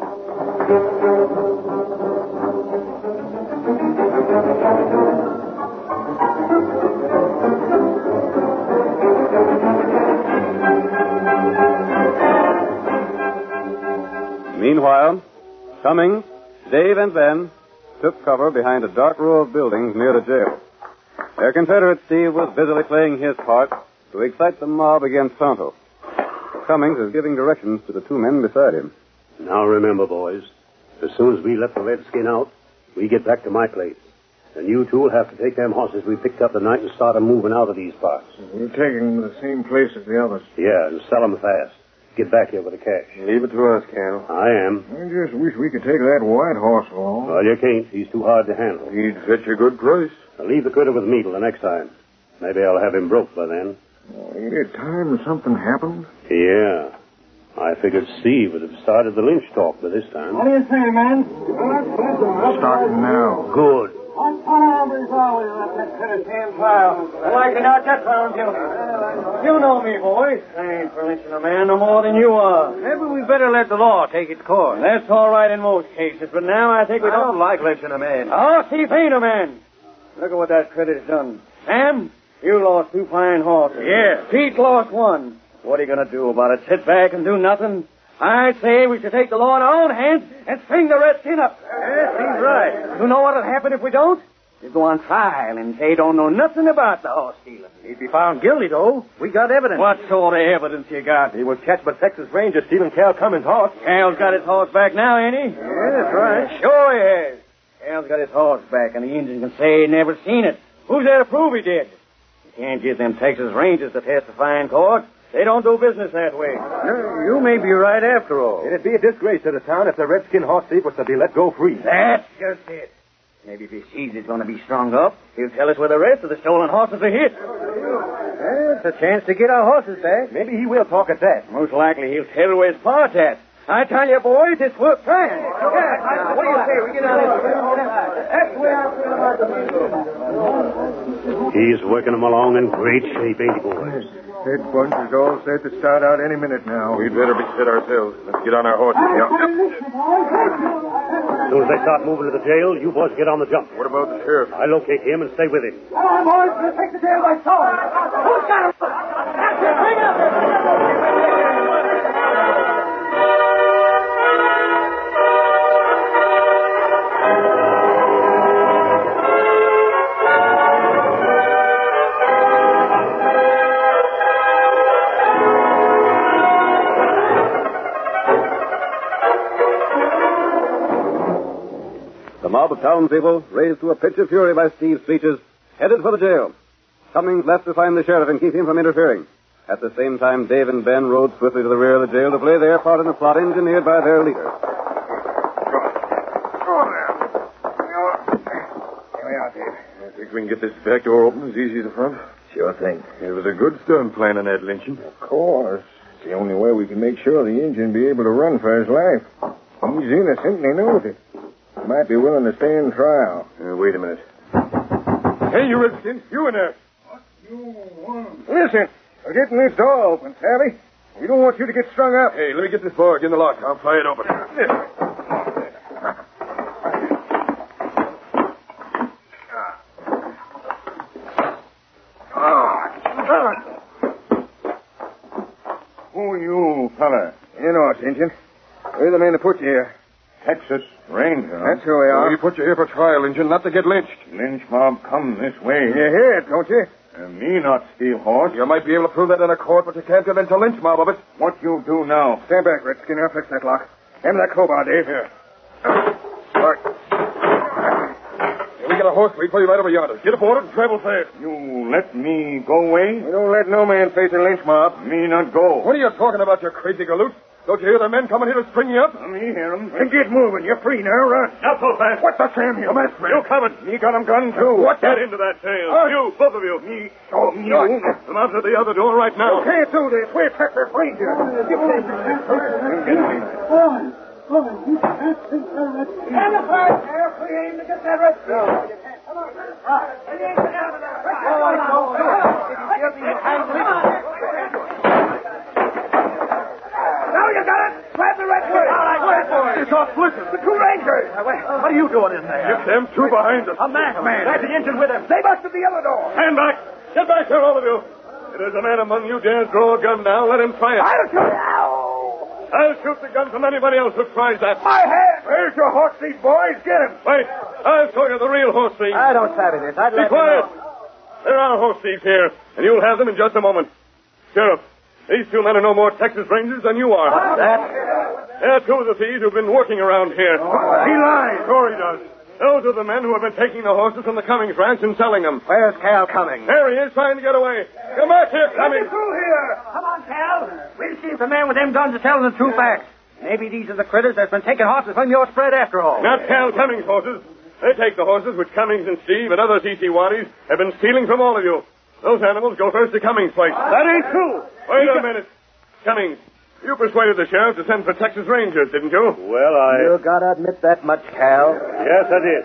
Meanwhile, Cummings, Dave, and Ben took cover behind a dark row of buildings near the jail. Their Confederate Steve was busily playing his part to excite the mob against Tonto. Cummings is giving directions to the two men beside him.
Now remember, boys, as soon as we let the redskin out, we get back to my place. Then you two will have to take them horses we picked up tonight and start 'em moving out of these parts.
We're taking them to the same place as the others.
Yeah, and sell 'em fast. Get back here with the cash.
Leave it to us, Cal.
I am.
I just wish we could take that white horse along.
Well, you can't. He's too hard to handle.
He'd fetch a good price.
Now leave the critter with me till the next time. Maybe I'll have him broke by then.
Ain't it time something happened?
Yeah. I figured Steve would have started the lynch talk by this time.
What do you say, man? Start
now.
Good.
What fun of these are we let that finish damn trial? And I can out that found guilty. You know me, boys. I ain't for lynching a man no more than you are. Maybe we better let the law take its course. That's all right in most cases, but now I think we don't... like lynching a man. Oh, Steve ain't a man. Look at what that critter's done. Sam, you lost two fine horses.
Yeah.
Pete lost one. What are you going to do about it? Sit back and do nothing? I say we should take the law in our own hands and string the redskin up. Yes, he's right. You know what'll happen if we don't? You go on trial and they don't know nothing about the horse stealing. He'd be found guilty, though. We got evidence. What sort of evidence you got? He was catched by Texas Ranger stealing Cal Cummins' horse. Cal's got his horse back now, ain't he? Yeah, that's right. Sure he has. Cal's got his horse back, and the Indian can say he never seen it. Who's there to prove he did? You can't get them Texas Rangers to testify in court. They don't do business that way. You may be right after all.
It'd be a disgrace to the town if the redskin horse thief was to be let go free.
That's just it. Maybe if he sees it's going to be strung up, he'll tell us where the rest of the stolen horses are hid. That's a chance to get our horses back. Maybe he will talk at that. Most likely he'll tell where his part's at. I tell you, boys, it's worth trying. What do you say? We get out of here. That's the way I feel about the
He's working 'em along in great shape, ain't he, boys?
Head bunch is all set to start out any minute now.
We'd better be set ourselves. Let's get on our horses, Cal.
As soon as they start moving to the jail, you boys get on the jump.
What about the sheriff?
I locate him and stay with him.
Come on, boys. Let's take the jail by storm. Who's got him? That's it. Bring it up.
The mob of townspeople, raised to a pitch of fury by Steve's speeches, headed for the jail. Cummings left to find the sheriff and keep him from interfering. At the same time, Dave and Ben rode swiftly to the rear of the jail to play their part in the plot engineered by their leader.
I think we can get this back door open as easy as the front.
Sure thing.
It was a good stern plan on that lynching.
Of course. It's the only way we can make sure the Indian be able to run for his life. He's innocent and he knows it. Might be willing to stand trial.
Uh, wait a minute.
Hey, you redskin, you in there.
Listen, we're getting this door open, Sally. We don't want you to get strung up.
Hey, let me get this board. Get in the lock. I'll pry it open.
Who you, fella? You know us, Injun. We're the men that put you here.
Texas Ranger.
That's who we are.
We put you here for trial, Injun, not to get lynched.
Lynch mob come this way.
You
hear it, don't you?
me not steal
horse.
You might be able to prove that in a court, but you can't get into lynch mob of it.
What you do now? Stand back, Redskin. I'll fix that lock. Hand me that crowbar, Dave. Here. All right.
Here, we got a horse waiting for you right over yonder. Get aboard it and travel fast.
You let me go away? We don't let no man face a lynch mob. Me not go.
What are you talking about, you crazy galoot? Don't you hear the men coming here to string you up?
Let me hear 'em. Then get moving. You're free now. Run.
Not so fast.
What the Sam? You mess with. You
coming.
Me got 'em gun, too.
Get into that jail. You, both of you. Me.
Oh, you.
Come out to the other door right
You
now.
can't do this. We're Texas Rangers. You can't do this.
Stand apart, Sheriff. We aim to get that red Come on. Let me get out of there. Now you got it. Grab the red shirt. All right, wait for it.
It's off blizzard.
The two Rangers. What are you doing in there?
Get them two behind us.
A masked man. That's the engine with him. They busted the other door.
Stand back. Get back here, all of you. If there's a man among you dares draw a gun now, let him try it.
I'll shoot. Ow!
I'll shoot the gun from anybody else who tries that.
My hand.
Where's your horse thief, boys? Get him. Wait. I'll show you the real horse thief.
I don't savvy this. I'd
Be
let
quiet.
You know.
There are horse thieves here, and you'll have them in just a moment. Sheriff, these two men are no more Texas Rangers than you are.
That
Oh, They're two of the thieves who've been working around here.
He lies.
Sure he does. Those are the men who have been taking the horses from the Cummings ranch and selling them. Where's Cal Cummings? There he is, trying to get away. Come back here, Cummings.
through here. Come on, Cal. We'll see if the man with them guns is telling the true facts. Maybe these are the critters that's been taking horses from your spread after all.
Not Cal Cummings' horses. They take the horses which Cummings and Steve and other CCWatties have been stealing from all of you. Those animals go first to Cummings' place.
That ain't true.
Wait a minute. Cummings, you persuaded the sheriff to send for Texas Rangers, didn't you? Well,
You gotta admit that much, Cal.
Yes, I did.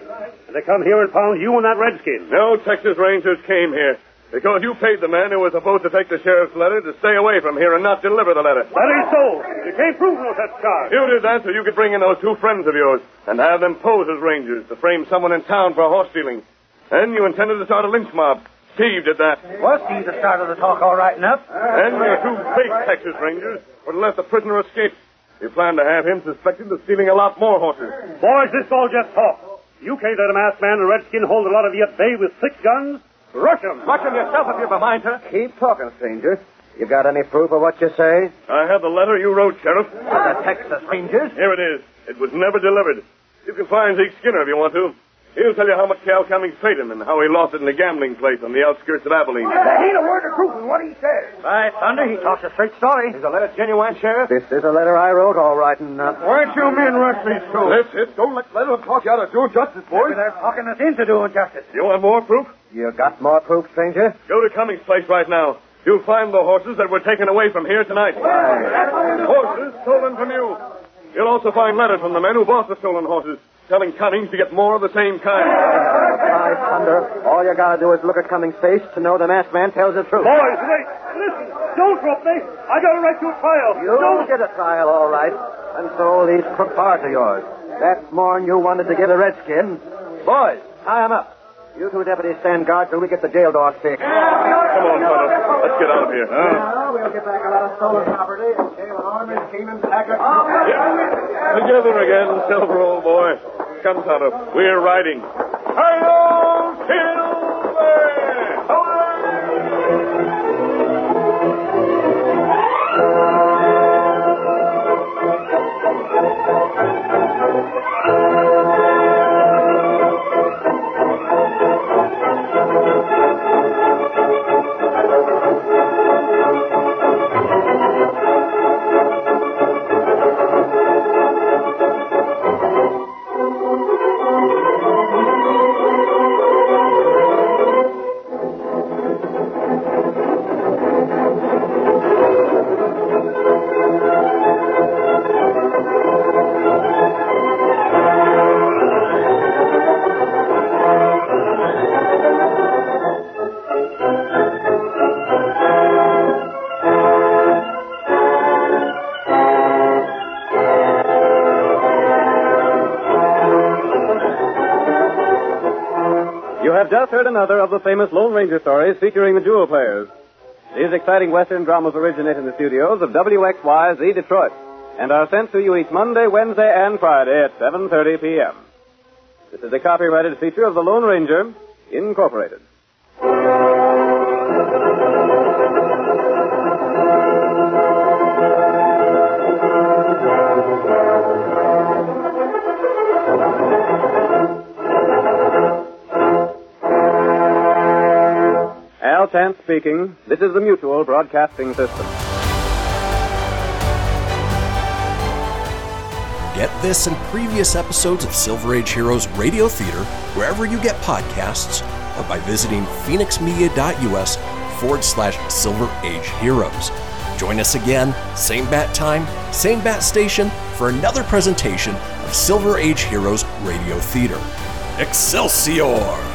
And they come here and pound you and that redskin.
No Texas Rangers came here because you paid the man who was supposed to take the sheriff's letter to stay away from here and not deliver the letter.
That ain't so. You can't prove no such charge.
You did that so you could bring in those two friends of yours and have them pose as rangers to frame someone in town for horse stealing. Then you intended to start a lynch mob. Steve did that.
Well, Steve, the start of the talk all right enough.
Then your two fake Texas Rangers would have let the prisoner escape. You planned to have him suspected of stealing a lot more horses.
Boys, this all just talk. You can't let a masked man and redskin hold a lot of you at bay with six guns. Rush 'em.
Rush 'em yourself if you've a mind to.
Keep talking, stranger. You got any proof of what you say?
I have the letter you wrote, Sheriff. To the Texas Rangers? Here it is. It was never delivered. You can find Zeke Skinner if you want to. He'll tell you how much Cal Cummings paid him and how he lost it in a gambling place on the outskirts of Abilene.
That ain't a word of truth in what he says.
By thunder, he talks a straight story. Is the letter genuine, Sheriff?
This is a letter I wrote, all right enough.
Weren't you men rush these two?
That's it. Don't let, let him talk you out of doing justice, boys.
They're talking us into doing justice.
You want more proof?
You got more proof, stranger?
Go to Cummings' place right now. You'll find the horses that were taken away from here tonight. Horses stolen from you. You'll also find letters from the men who bought the stolen horses, telling Cummings to get more of the same kind.
By thunder, all you gotta do is look at Cummings' face to know the masked man tells the truth.
Boys, wait. Listen. Don't drop me. I got a right to a trial.
You don't get a trial, all right. And so these crook bars of yours. That morn you wanted to get a redskin. Boys, tie 'em up. You two deputies stand guard till we get the jail door fixed.
Come on, fellow. Let's get out of here.
we'll get back a lot of stolen property. Jail Army, Keenan, Packer.
Together again, Silver, old boy. Come, Tonto. We're riding.
You have just heard another of the famous Lone Ranger stories featuring the Jewel Players. These exciting Western dramas originate in the studios of WXYZ Detroit and are sent to you each Monday, Wednesday, and Friday at 7.30 p.m. This is a copyrighted feature of the Lone Ranger, Incorporated. Al Chance speaking. This is the Mutual Broadcasting System.
Get this and previous episodes of Silver Age Heroes Radio Theater wherever you get podcasts or by visiting phoenixmedia.us forward slash Silver Age Heroes. Join us again, same bat time, same bat station, for another presentation of Silver Age Heroes Radio Theater. Excelsior!